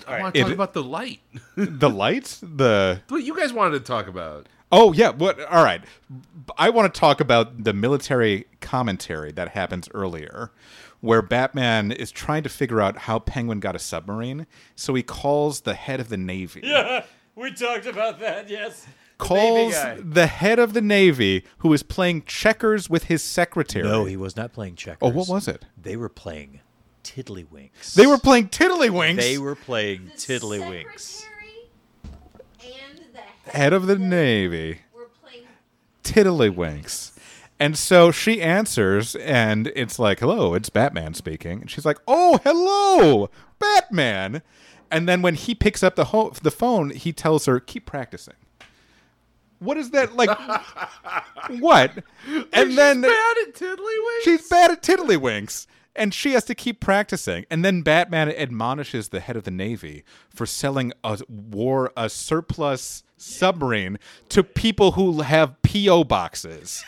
S4: I want
S2: It-
S4: to talk about the light.
S2: the lights the
S4: what you guys wanted to talk about.
S2: oh yeah what all right i want to talk about the military commentary that happens earlier where batman is trying to figure out how penguin got a submarine so he calls the head of the navy
S7: we talked about that. Yes.
S2: calls
S7: guy.
S2: the head of the navy who is playing checkers with his secretary.
S7: No, he was not playing checkers.
S2: Oh, what was it?
S7: They were playing tiddlywinks.
S2: They were playing tiddlywinks.
S7: They were playing
S6: The
S7: tiddlywinks.
S6: secretary And the
S2: head of the navy.
S6: We're playing
S2: Tiddlywinks. And so she answers, and it's like, "Hello, it's Batman speaking." And she's like, "Oh, hello, Batman." And then when he picks up the ho- the phone, he tells her, "Keep practicing." What is that like? what? And then
S4: bad at tiddlywinks.
S2: she's bad at tiddlywinks and she has to keep practicing and then batman admonishes the head of the navy for selling a war a surplus submarine to people who have po boxes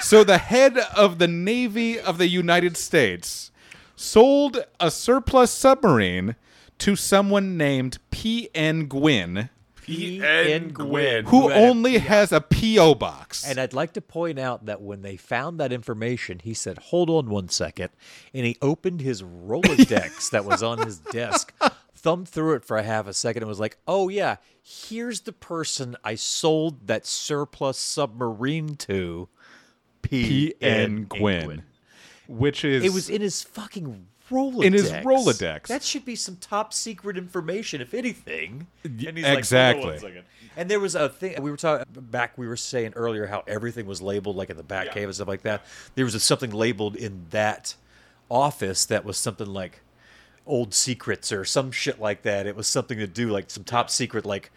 S2: so the head of the navy of the united states sold a surplus submarine to someone named pn gwynn
S4: P.N. Gwynn.
S2: who
S1: had a-
S2: only has a po box
S1: And I'd like to point out that when they found that information, he said, "Hold on one second. and he opened his Rolodex that was on his desk, thumbed through it for a half a second, and was like, "Oh yeah, here's the person I sold that surplus submarine to."
S2: pn gwynn which is
S1: It was in his fucking Rolodex.
S2: his Rolodex.
S1: That should be some top secret information, if anything. And he's
S2: exactly.
S1: Like, "Hold on a second." and there was a thing we were talking back. We were saying earlier how everything was labeled, like in the back cave and stuff like that. There was a, something labeled in that office that was something like old secrets or some shit like that. It was something to do like some top secret, like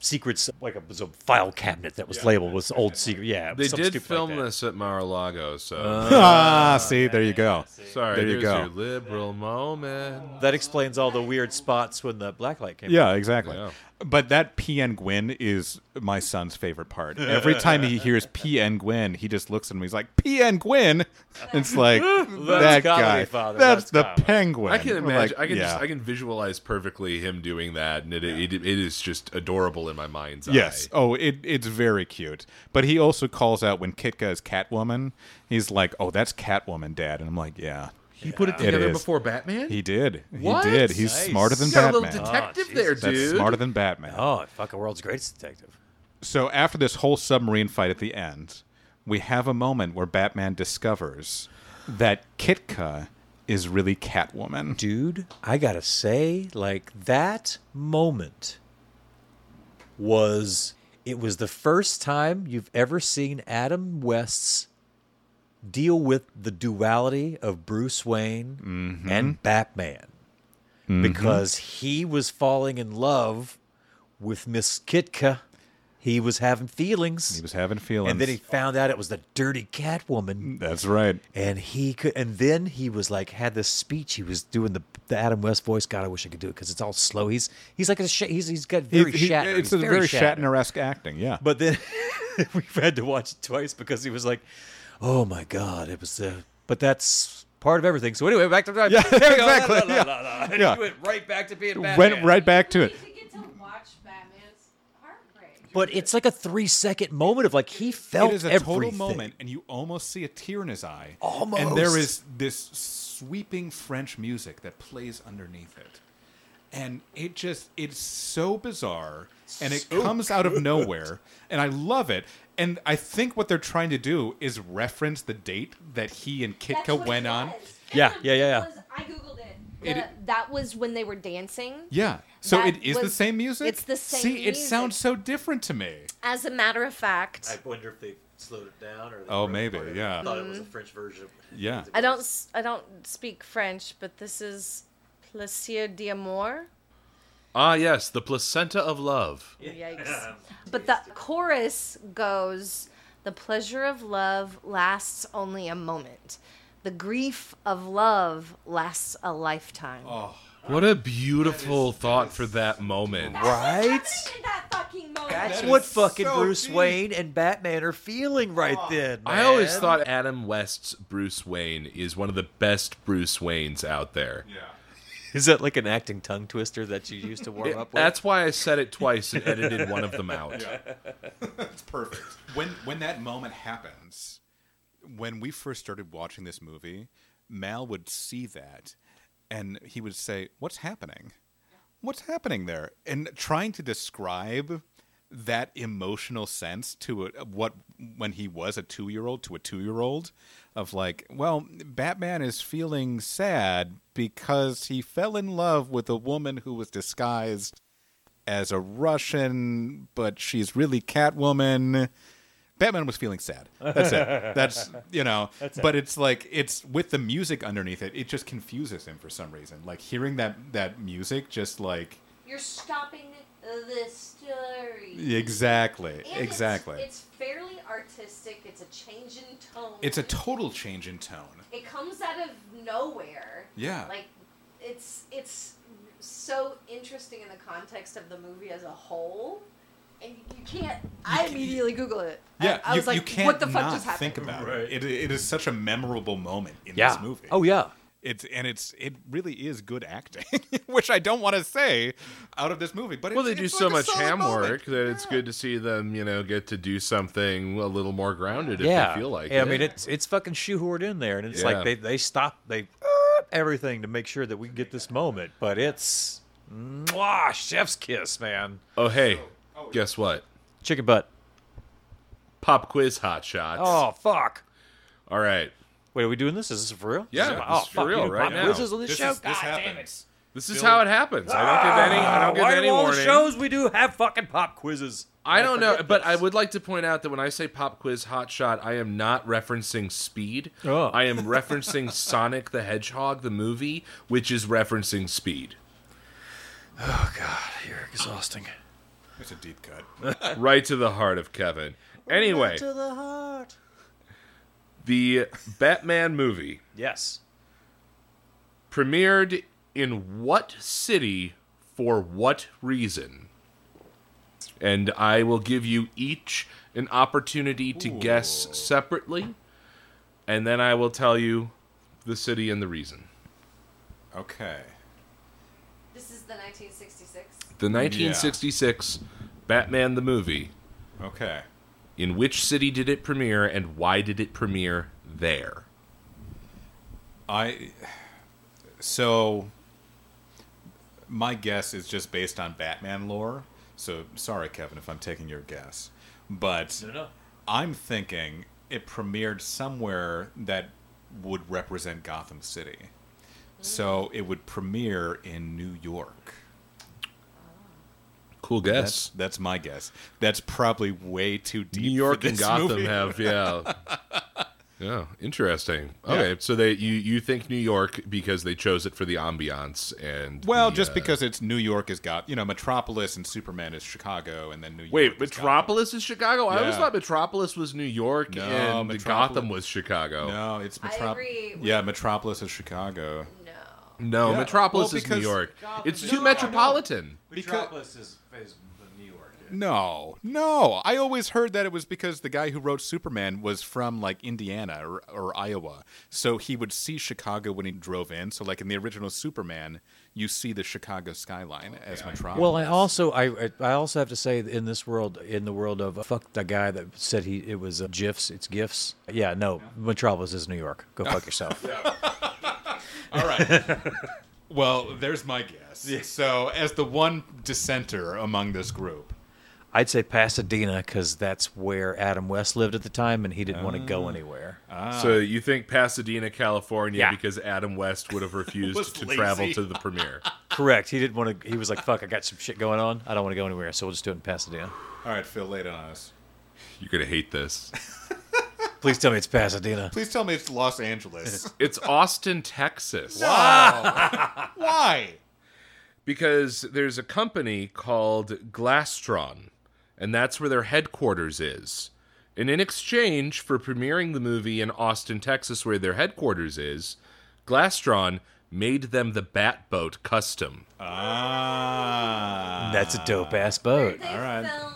S1: secrets, like a, was a file cabinet that was labeled with old secret. Yeah, it
S4: They
S1: was something
S4: did
S1: stupid
S4: film
S1: like that.
S4: this at Mar-a-Lago, so
S2: ah see there you go
S4: sorry.
S2: There you
S4: there's
S2: go.
S4: your liberal moment.
S1: That explains all the weird spots when the blacklight came.
S2: Yeah, exactly.
S4: Yeah.
S2: But that PN Gwyn is my son's favorite part. Every time he
S1: [laughs]
S2: hears PN Gwyn, he just looks at him. He's like, PN Gwyn. [laughs]
S1: [laughs]
S2: It's like,
S1: comedy,
S2: that guy.
S1: Father,
S2: that's
S1: that's
S2: the
S1: comedy."
S2: penguin.
S4: I can
S2: We're
S4: imagine.
S2: like,
S4: I can
S2: yeah.
S4: just. I can visualize perfectly him doing that, and it, it, it is just adorable in my mind's eye.
S2: Yes. Oh, it, it's very cute. But he also calls out when Kitka is Catwoman. He's like, "Oh, that's Catwoman, Dad." And I'm like, "Yeah,
S4: He put it together
S2: is.
S4: before Batman.
S2: he did.
S4: What?
S2: He did. He's
S1: Nice.
S2: smarter than
S4: He's got a
S2: Batman.
S4: little detective
S1: Oh,
S4: there,
S2: that's
S4: dude.
S2: smarter than Batman."
S1: Oh, fucking world's greatest detective.
S2: So after this whole submarine fight at the end, we have a moment where Batman discovers that Kitka is really Catwoman.
S1: dude, I gotta say, like that moment was it was the first time you've ever seen Adam West's deal with the duality of Bruce Wayne
S2: Mm-hmm.
S1: and Batman because he was falling in love with Miss Kitka. He was having feelings.
S2: He was having feelings. Mm,
S1: and then he found out it was the dirty Catwoman
S2: That's right.
S1: and he could and then he was like had this speech he was doing the the adam west voice god i wish i could do it because it's all slow he's he's like a sh- he's, he's got very
S2: He- he-
S1: shatner
S2: it's
S1: he's
S2: a very
S1: shatner.
S2: Shatner-esque acting, yeah.
S1: but then [laughs] we've had to watch it twice because he was like oh my god it was the but that's part of everything so anyway back to
S2: yeah,
S1: there we go. La,
S2: exactly.
S1: la, la,
S2: yeah.
S1: la, la, la. And
S2: Yeah.
S1: he went right back to being Batman.
S2: Went right back to it.
S6: You get to watch Batman's heartbreak.
S1: but it's like a three second moment of like he felt
S2: It is a total
S1: everything.
S2: moment, and you almost see a tear in his eye.
S1: Almost.
S2: And there is this sweeping French music that plays underneath it. And it just, it's so bizarre, and it comes out of nowhere, and I love it. And I think what they're trying to do is reference the date that he and
S8: That's
S2: Kitka
S8: what
S2: went
S8: it
S2: on.
S8: was.
S1: Yeah, yeah, yeah, yeah.
S8: It was- I googled it. The-
S2: It-
S8: that was when they were dancing.
S2: Yeah. So
S8: That
S2: it is the
S8: was-
S2: same music?
S8: it's the same
S2: See, it
S8: music.
S2: sounds so different to me.
S8: As a matter of fact,
S1: wonder if they slowed it down or
S2: Oh, wrote maybe, part of it. I yeah.
S1: thought it was a french version
S2: Yeah.
S7: I don't. s- I don't speak French, but this is Plaisir d'amour.
S4: Ah, yes, the placenta of love.
S7: Yikes!
S8: but the chorus goes, "The pleasure of love lasts only a moment. The grief of love lasts a lifetime."
S2: Oh.
S4: What a beautiful thought for that moment.
S1: Right?
S8: [laughs] In that fucking moment.
S1: That's
S2: That
S1: what
S2: is
S1: fucking
S2: so
S1: Bruce
S2: deep.
S1: Wayne and Batman are feeling right then.
S4: I always
S1: man.
S4: thought Adam West's Bruce Wayne is one of the best Bruce Waynes out there.
S1: Is that like an acting tongue twister that you used to warm up with?
S4: That's why I said it twice and edited one of them [laughs] out.
S2: It's perfect. When when that moment happens, when we first started watching this movie, Mal would see that and he would say, "What's happening? What's happening there?" And trying to describe that emotional sense to a, what when he was a 2-year-old to a 2-year-old of like, well, Batman is feeling sad because he fell in love with a woman who was disguised as a Russian, but she's really Catwoman. Batman was feeling sad. That's it. That's you know. but it's like it's with the music underneath it. It just confuses him for some reason. Like hearing that that music, just like
S8: You're stopping the story.
S2: Exactly.
S8: And it's-
S2: exactly.
S8: It's, fairly artistic. It's a change in tone.
S2: It's a total change in tone.
S8: it comes out of nowhere.
S2: Yeah.
S8: Like it's it's so interesting in the context of the movie as a whole. And you can't. I immediately Google it. I-
S2: Yeah,
S8: I,
S2: you,
S8: was like,
S2: you can't
S8: "What the fuck
S2: not
S8: just happened?"
S2: think about it. it. It is such a memorable moment in this movie.
S7: Oh yeah.
S2: It's and it's it really is good acting, [laughs] which I don't want to say out of this movie. But
S4: Well, they
S2: it's-
S4: do
S2: it's
S4: so
S2: like a
S4: much
S2: solid
S4: ham
S2: moment.
S4: work that it's good to see them, you know, get to do something a little more grounded if
S7: yeah.
S4: they feel like
S7: yeah,
S4: it.
S7: I mean, it's it's fucking shoehorned in there, and it's
S4: Yeah.
S7: like they they stop they everything to make sure that we get this moment. But it's mwah, chef's kiss, man.
S4: oh, hey, guess what?
S7: Chicken butt.
S4: Pop quiz hot shots.
S7: Oh fuck.
S4: All right.
S7: Wait, are we doing this? Is this for real?
S4: Yeah,
S7: This is-
S4: this
S7: oh,
S4: is for
S7: fuck,
S4: real
S7: you do
S4: right
S7: pop
S4: now.
S7: quizzes on this,
S2: This
S7: show.
S2: is, this
S7: God damn it.
S2: happens.
S4: This is how it happens. I don't give any. I don't give
S7: Ah, Why
S4: any
S7: do all
S4: warning.
S7: shows we do have fucking pop quizzes?
S4: I don't know,
S7: forget
S4: but
S7: this.
S4: I would like to point out that when I say pop quiz hot shot, I am not referencing speed.
S7: Oh.
S4: I am referencing Sonic the Hedgehog the movie, which is referencing speed.
S7: You're exhausting.
S2: It's a deep
S4: [laughs]
S2: cut.
S4: right to the heart of Kevin. Anyway,
S7: To the heart.
S4: the Batman movie
S7: Yes.
S4: premiered in what city for what reason? And I will give you each an opportunity to guess separately, and then I will tell you the city and the reason.
S2: Okay.
S8: This is the 1966.
S4: The 1966 Batman the movie.
S2: Okay.
S4: In which city did it premiere, and why did it premiere there?
S2: I so my guess is just based on Batman lore. So sorry, Kevin, if I'm taking your guess, but I'm thinking it premiered somewhere that would represent Gotham City. So it would premiere in New York.
S4: Cool
S2: That's
S4: guess.
S2: that's my guess. That's probably way too deep.
S4: New York
S2: for
S4: and
S2: this
S4: Gotham
S2: movie. [laughs]
S4: have, yeah. Yeah, interesting. Okay,
S2: Yeah.
S4: so they you you think New York because they chose it for the ambiance and
S2: Well,
S4: the,
S2: just
S4: uh,
S2: because it's New York is got you know Metropolis and Superman is Chicago and then New York.
S4: Wait,
S2: is Gotham.
S4: Metropolis is Chicago. I always
S2: Yeah.
S4: thought Metropolis was New York
S2: No,
S4: and the
S2: Metropolis-
S4: Gotham was Chicago. No,
S2: No, it's
S8: I agree
S2: Metropolis.
S8: with-
S2: Yeah, Metropolis is Chicago. Yeah.
S4: Metropolis
S2: Well,
S4: is New
S2: because-
S4: York.
S2: Gotham
S4: It's
S2: is-
S4: too
S2: No, no, no.
S4: metropolitan.
S2: Metropolis
S7: is, is New York.
S2: No, no. I always heard that it was because the guy who wrote Superman was from like Indiana or, or Iowa, so he would see Chicago when he drove in. So, like in the original Superman, you see the Chicago skyline
S4: Oh,
S2: as Metropolis.
S7: Well, I also I I- I also have to say that in this world in the world of uh, fuck the guy that said he it was uh, gifs it's gifs yeah no Metropolis is New York
S1: [laughs]
S7: go fuck yourself
S2: All
S4: [laughs]
S2: right. well, there's my guess. So, as the one dissenter among this group,
S7: I'd say Pasadena because that's where Adam West lived at the time and he didn't want to
S1: Uh.
S7: go anywhere
S2: Ah.
S4: So you think Pasadena, California,
S7: Yeah.
S4: because Adam
S2: [laughs]
S4: West would have
S2: Was
S4: refused to travel
S2: lazy.
S4: to the
S2: [laughs]
S4: premiere.
S7: correct he didn't want to he was like fuck I got some shit going on I don't want to go anywhere so we'll just do it in Pasadena
S2: all right, Phil, late on us.
S4: You're gonna hate this.
S7: please tell me it's Pasadena
S2: Please tell me it's Los
S7: [laughs]
S2: Angeles.
S4: It's Austin, Texas.
S2: Why?
S4: because there's a company called Glastron, and that's where their headquarters is. And in exchange for premiering the movie in Austin, Texas, where their headquarters is, Glastron made them the Batboat custom.
S2: Ah,
S7: that's a dope ass boat
S8: They
S2: right.
S8: film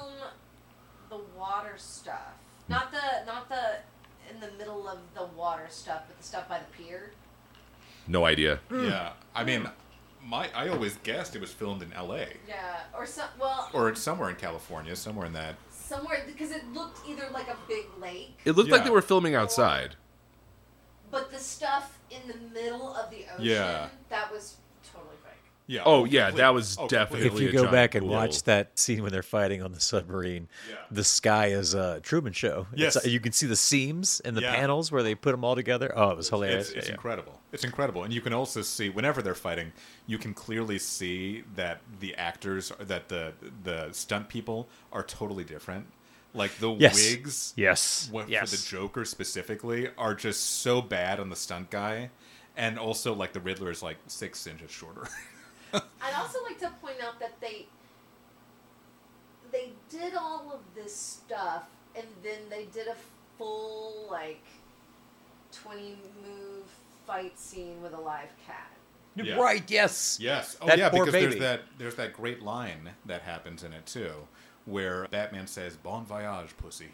S8: the water stuff, not the not the in the middle of the water stuff, but the stuff by the pier.
S4: No idea.
S2: Yeah, I mean, my I always guessed it was filmed in L.A.
S8: Yeah, or some well,
S2: or it's somewhere in California, somewhere in that.
S8: somewhere because it looked either like a big lake,
S4: It looked like
S2: Yeah.
S4: they were filming outside.
S8: but the stuff in the middle of the ocean
S2: Yeah.
S8: that was totally fake.
S2: Yeah.
S4: Oh, yeah, that was definitely-
S7: if
S4: Really
S7: you
S4: a
S7: go
S4: giant
S7: back and
S4: pool.
S7: watch that scene when they're fighting on the submarine,
S2: Yeah.
S7: the sky is a Truman Show. It's-
S2: Yes.
S7: you can see the seams and the
S2: Yeah.
S7: panels where they put them all together. Oh, it was hilarious.
S2: It's, it's
S7: Yeah.
S2: incredible. It's incredible, and you can also see whenever they're fighting, you can clearly see that the actors, that the the stunt people are totally different. Like the
S7: Yes.
S2: wigs,
S7: Yes.
S2: what,
S7: yes.
S2: for the Joker specifically, are just so bad on the stunt guy, and also like the Riddler is like six inches shorter. [laughs]
S6: I'd also like to point out that they they did all of this stuff, and then they did a full like twenty move fight scene with a live cat.
S2: Yeah.
S7: Right, yes.
S2: Yes. Oh
S7: That
S2: yeah,
S7: poor
S2: because
S7: baby.
S2: there's that there's that great line that happens in it too, where Batman says, "Bon voyage, pussy."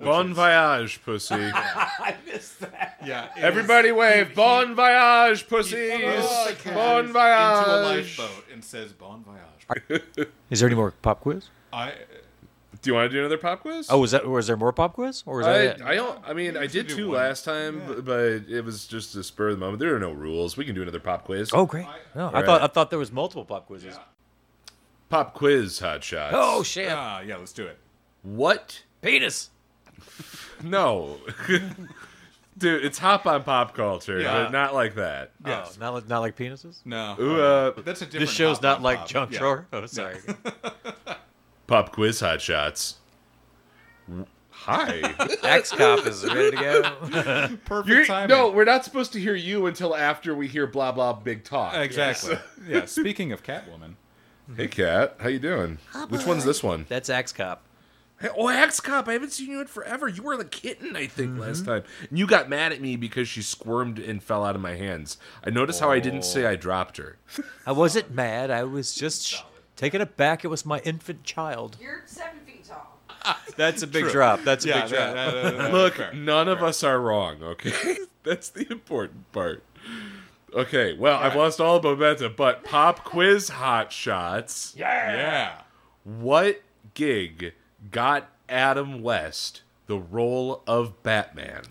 S4: Bon voyage,
S2: [laughs]
S4: pussy.
S7: I missed that.
S2: Yeah. it is-
S4: Everybody wave. bon voyage, pussies.
S2: throws the cat
S4: bon
S2: into
S4: voyage.
S2: a lifeboat and says, "Bon voyage."
S7: Is there any more pop quiz?
S2: I
S4: Do you want to do another pop quiz?
S7: Oh, is that was there more pop quiz? Or is that
S4: I,
S7: it?
S4: I don't. I mean, I did
S2: do
S4: two
S2: one.
S4: last time, b- but it was just a spur of the moment. There are no rules. We can do another pop quiz.
S7: Oh great. No, I
S4: Alright.
S7: thought I thought there was multiple pop quizzes.
S4: pop quiz, hot shots.
S7: Oh shit.
S2: ah yeah, let's do it.
S4: what?
S7: Penis.
S4: No, [laughs] dude, it's hop on pop culture,
S2: Yeah.
S4: but not like that.
S2: Yes.
S7: Oh, not like not like penises?
S2: No.
S4: Ooh, uh,
S2: That's a different.
S7: This show's
S2: Hot
S7: not
S2: Pop
S7: like
S2: Pop.
S7: junk
S2: Yeah.
S7: drawer. Oh sorry.
S4: Pop quiz, hot shots. W-
S2: [laughs]
S4: Hi.
S7: Axe cop is ready to go.
S2: Perfect
S4: You're-
S2: timing.
S4: no, we're not supposed to hear you until after we hear blah blah big
S2: [laughs]
S4: talk.
S2: Exactly. yeah. Speaking of Catwoman,
S4: Hey, Kat, how you doing? Which one's this one?
S7: That's Axe Cop.
S4: Hey, oh, Axe Cop, I haven't seen you in forever. You were the kitten, I think, last time. And you got mad at me because she squirmed and fell out of my hands. I noticed how I didn't say I dropped her.
S7: I wasn't mad. I was just sh- taken aback. It was my infant child.
S6: You're seven feet tall.
S7: That's a big drop. That's a
S2: yeah,
S7: big drop.
S2: that- that- that-
S4: Look,
S2: fair.
S4: none of us are wrong, okay? That's the important part. Okay, well, I've lost all the momentum, but pop quiz hot shots.
S2: yeah.
S4: What gig got Adam West the role of Batman?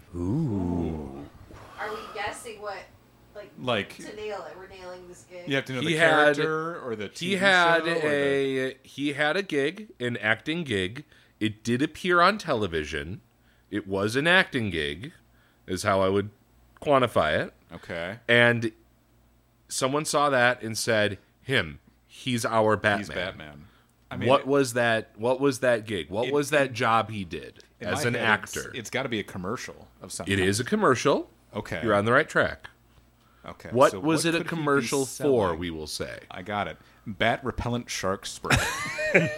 S6: Are we guessing what like
S2: Like
S6: to nail it? We're nailing this game.
S2: you have to know
S4: He
S2: the
S4: had-
S2: character or the TV
S4: he had
S2: show or the-
S4: a he had a gig an acting gig it did appear on television it was an acting gig is how i would quantify it
S2: okay.
S4: and someone saw that and said him he's our batman,
S2: He's Batman. I mean,
S4: what was that what was that gig what was that job he did
S2: in
S4: as
S2: my
S4: an
S2: head, it's-
S4: actor
S2: it's got to be a commercial of something.
S4: it is a commercial
S2: Okay.
S4: you're on the right track
S2: Okay.
S4: what
S2: so
S4: was it
S2: could
S4: a
S2: he be
S4: commercial for
S2: selling?
S4: we will say
S2: I got it. Bat repellent shark spray. [laughs]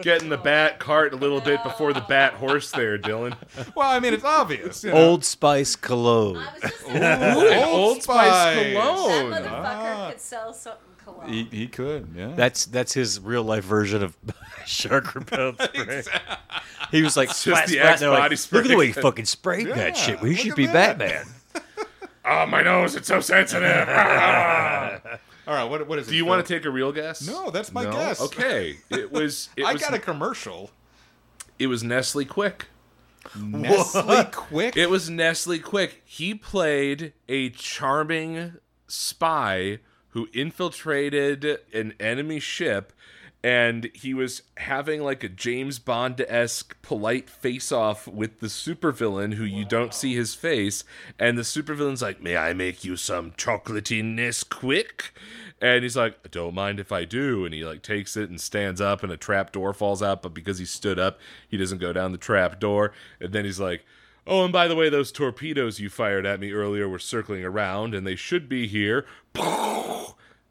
S4: getting the bat cart a little bit before the bat horse there
S2: [laughs]
S4: dylan
S2: well, I mean, it's obvious. you know.
S7: Old Spice cologne.
S6: I was just gonna
S2: Ooh, an
S4: Old Spice
S6: that
S4: cologne.
S6: motherfucker could sell something cologne.
S2: He, he could, yeah.
S7: That's that's his real life version of [laughs] shark repellent spray. He was like,
S4: just the Axe
S7: they're like,
S4: body
S7: look at the way he
S4: spray.
S7: fucking sprayed that
S2: Yeah,
S7: shit. We
S2: look
S7: should
S2: at
S7: be
S2: that.
S7: Batman.
S4: Oh, my nose, it's so sensitive.
S2: [laughs] All right, what, what is it?
S4: Do you want to take a real guess?
S2: No, that's my guess.
S4: Okay. It was it
S2: I
S4: was
S2: got a commercial.
S4: it was Nestle Quick.
S2: Nestle Quick.
S4: [laughs] It was Nestle Quick. He played a charming spy who infiltrated an enemy ship and he was having like a James Bond esque polite face off with the supervillain who you don't see his face. And the supervillain's like, May I make you some chocolatiness quick? And he's like, Don't mind if I do. And he like takes it and stands up and a trap door falls out, but because he stood up, he doesn't go down the trap door. And then he's like, Oh, and by the way, those torpedoes you fired at me earlier were circling around, and they should be here.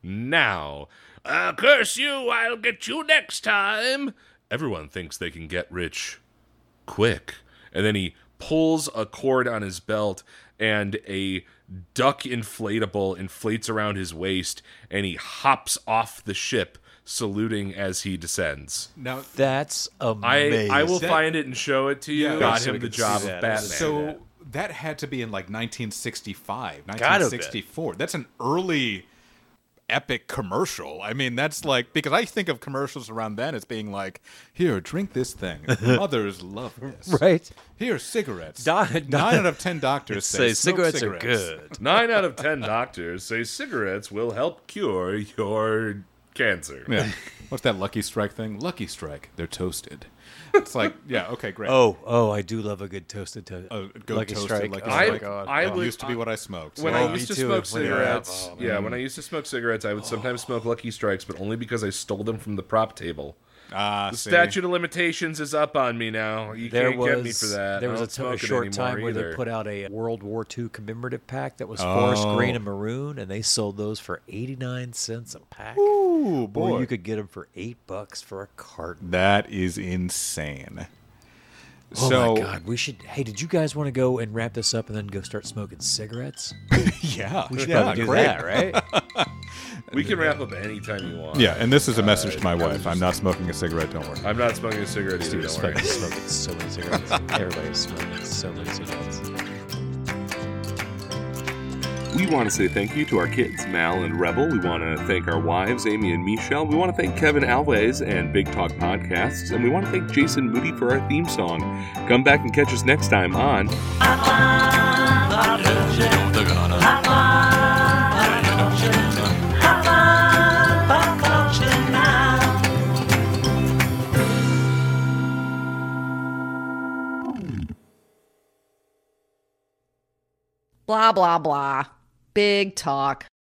S4: Now, uh, curse you, I'll get you next time. Everyone thinks they can get rich quick. And then he pulls a cord on his belt, and a duck inflatable inflates around his waist, and he hops off the ship, saluting as he descends.
S2: now,
S7: That's
S4: I,
S7: amazing. [laughs]
S4: I will
S2: That-
S4: find it and show it to you.
S2: Yeah,
S4: Got
S2: so
S4: him
S2: we
S4: the
S2: can
S4: job
S2: see
S4: of
S7: that.
S4: Batman.
S2: so that had to be in like 1965,
S7: Gotta be.
S2: 1964. That's an early epic commercial. I mean, that's like because I think of commercials around then as being like, "Here, drink this
S4: [laughs]
S2: thing. Mothers love this.
S7: right.
S2: Here, cigarettes.
S7: Di-
S2: Nine out of ten doctors say,
S7: Say
S2: "Smoke
S7: cigarettes,
S2: cigarettes
S7: are good.
S4: Nine out of ten doctors say cigarettes will help cure your cancer.
S2: Yeah. What's that Lucky Strike thing? Lucky Strike. They're toasted. It's like, yeah, okay, great.
S7: Oh, oh, I do love a good toasted toast.
S2: Uh, go
S7: Lucky
S2: toasted,
S7: Strike.
S2: Lucky
S7: Oh
S4: I,
S7: my
S2: Strike.
S7: God.
S4: I
S2: It
S4: would,
S2: used to be what I smoked.
S4: when
S2: So-
S4: I used to
S7: me too,
S4: smoke
S7: when they were out.
S4: cigarettes. yeah, when I used to smoke cigarettes, I would sometimes smoke Lucky Strikes, but only because I stole them from the prop table.
S2: Ah,
S4: The
S2: see?
S4: statute of limitations is up on me now. You
S1: There
S4: can't
S1: was
S4: get me for that.
S1: there
S4: I
S1: was a, t-
S4: don't
S1: a
S4: smoke it
S1: short time
S4: anymore
S1: where they
S4: either.
S1: put out a World War II commemorative pack that was forest green
S2: Oh.
S1: and maroon, and they sold those for eighty nine cents a pack.
S2: Ooh, boy.
S1: Or you could get them for eight bucks for a carton.
S2: That is insane.
S1: Oh
S2: so,
S1: my god, we should. Hey, did you guys want to go and wrap this up and then go start smoking cigarettes?
S2: [laughs] yeah, we
S1: should
S2: yeah,
S1: probably do
S2: great.
S1: that,
S2: [laughs]
S1: right?
S4: We can wrap up anytime you want.
S2: Yeah, and this is a message to my wife. I'm not smoking a cigarette. Don't worry.
S4: I'm not smoking a cigarette either. Don't worry.
S1: Fucking smoking so many cigarettes.
S4: [laughs]
S1: Everybody's smoking so many cigarettes.
S9: We want to say thank you to our kids, Mal and Rebel. We want to thank our wives, Amy and Michelle. We want to thank Kevin Alves and Big Talk Podcasts. And we want to thank Jason Moody for our theme song. Come back and catch us next time on
S8: Blah, blah, blah. Big talk.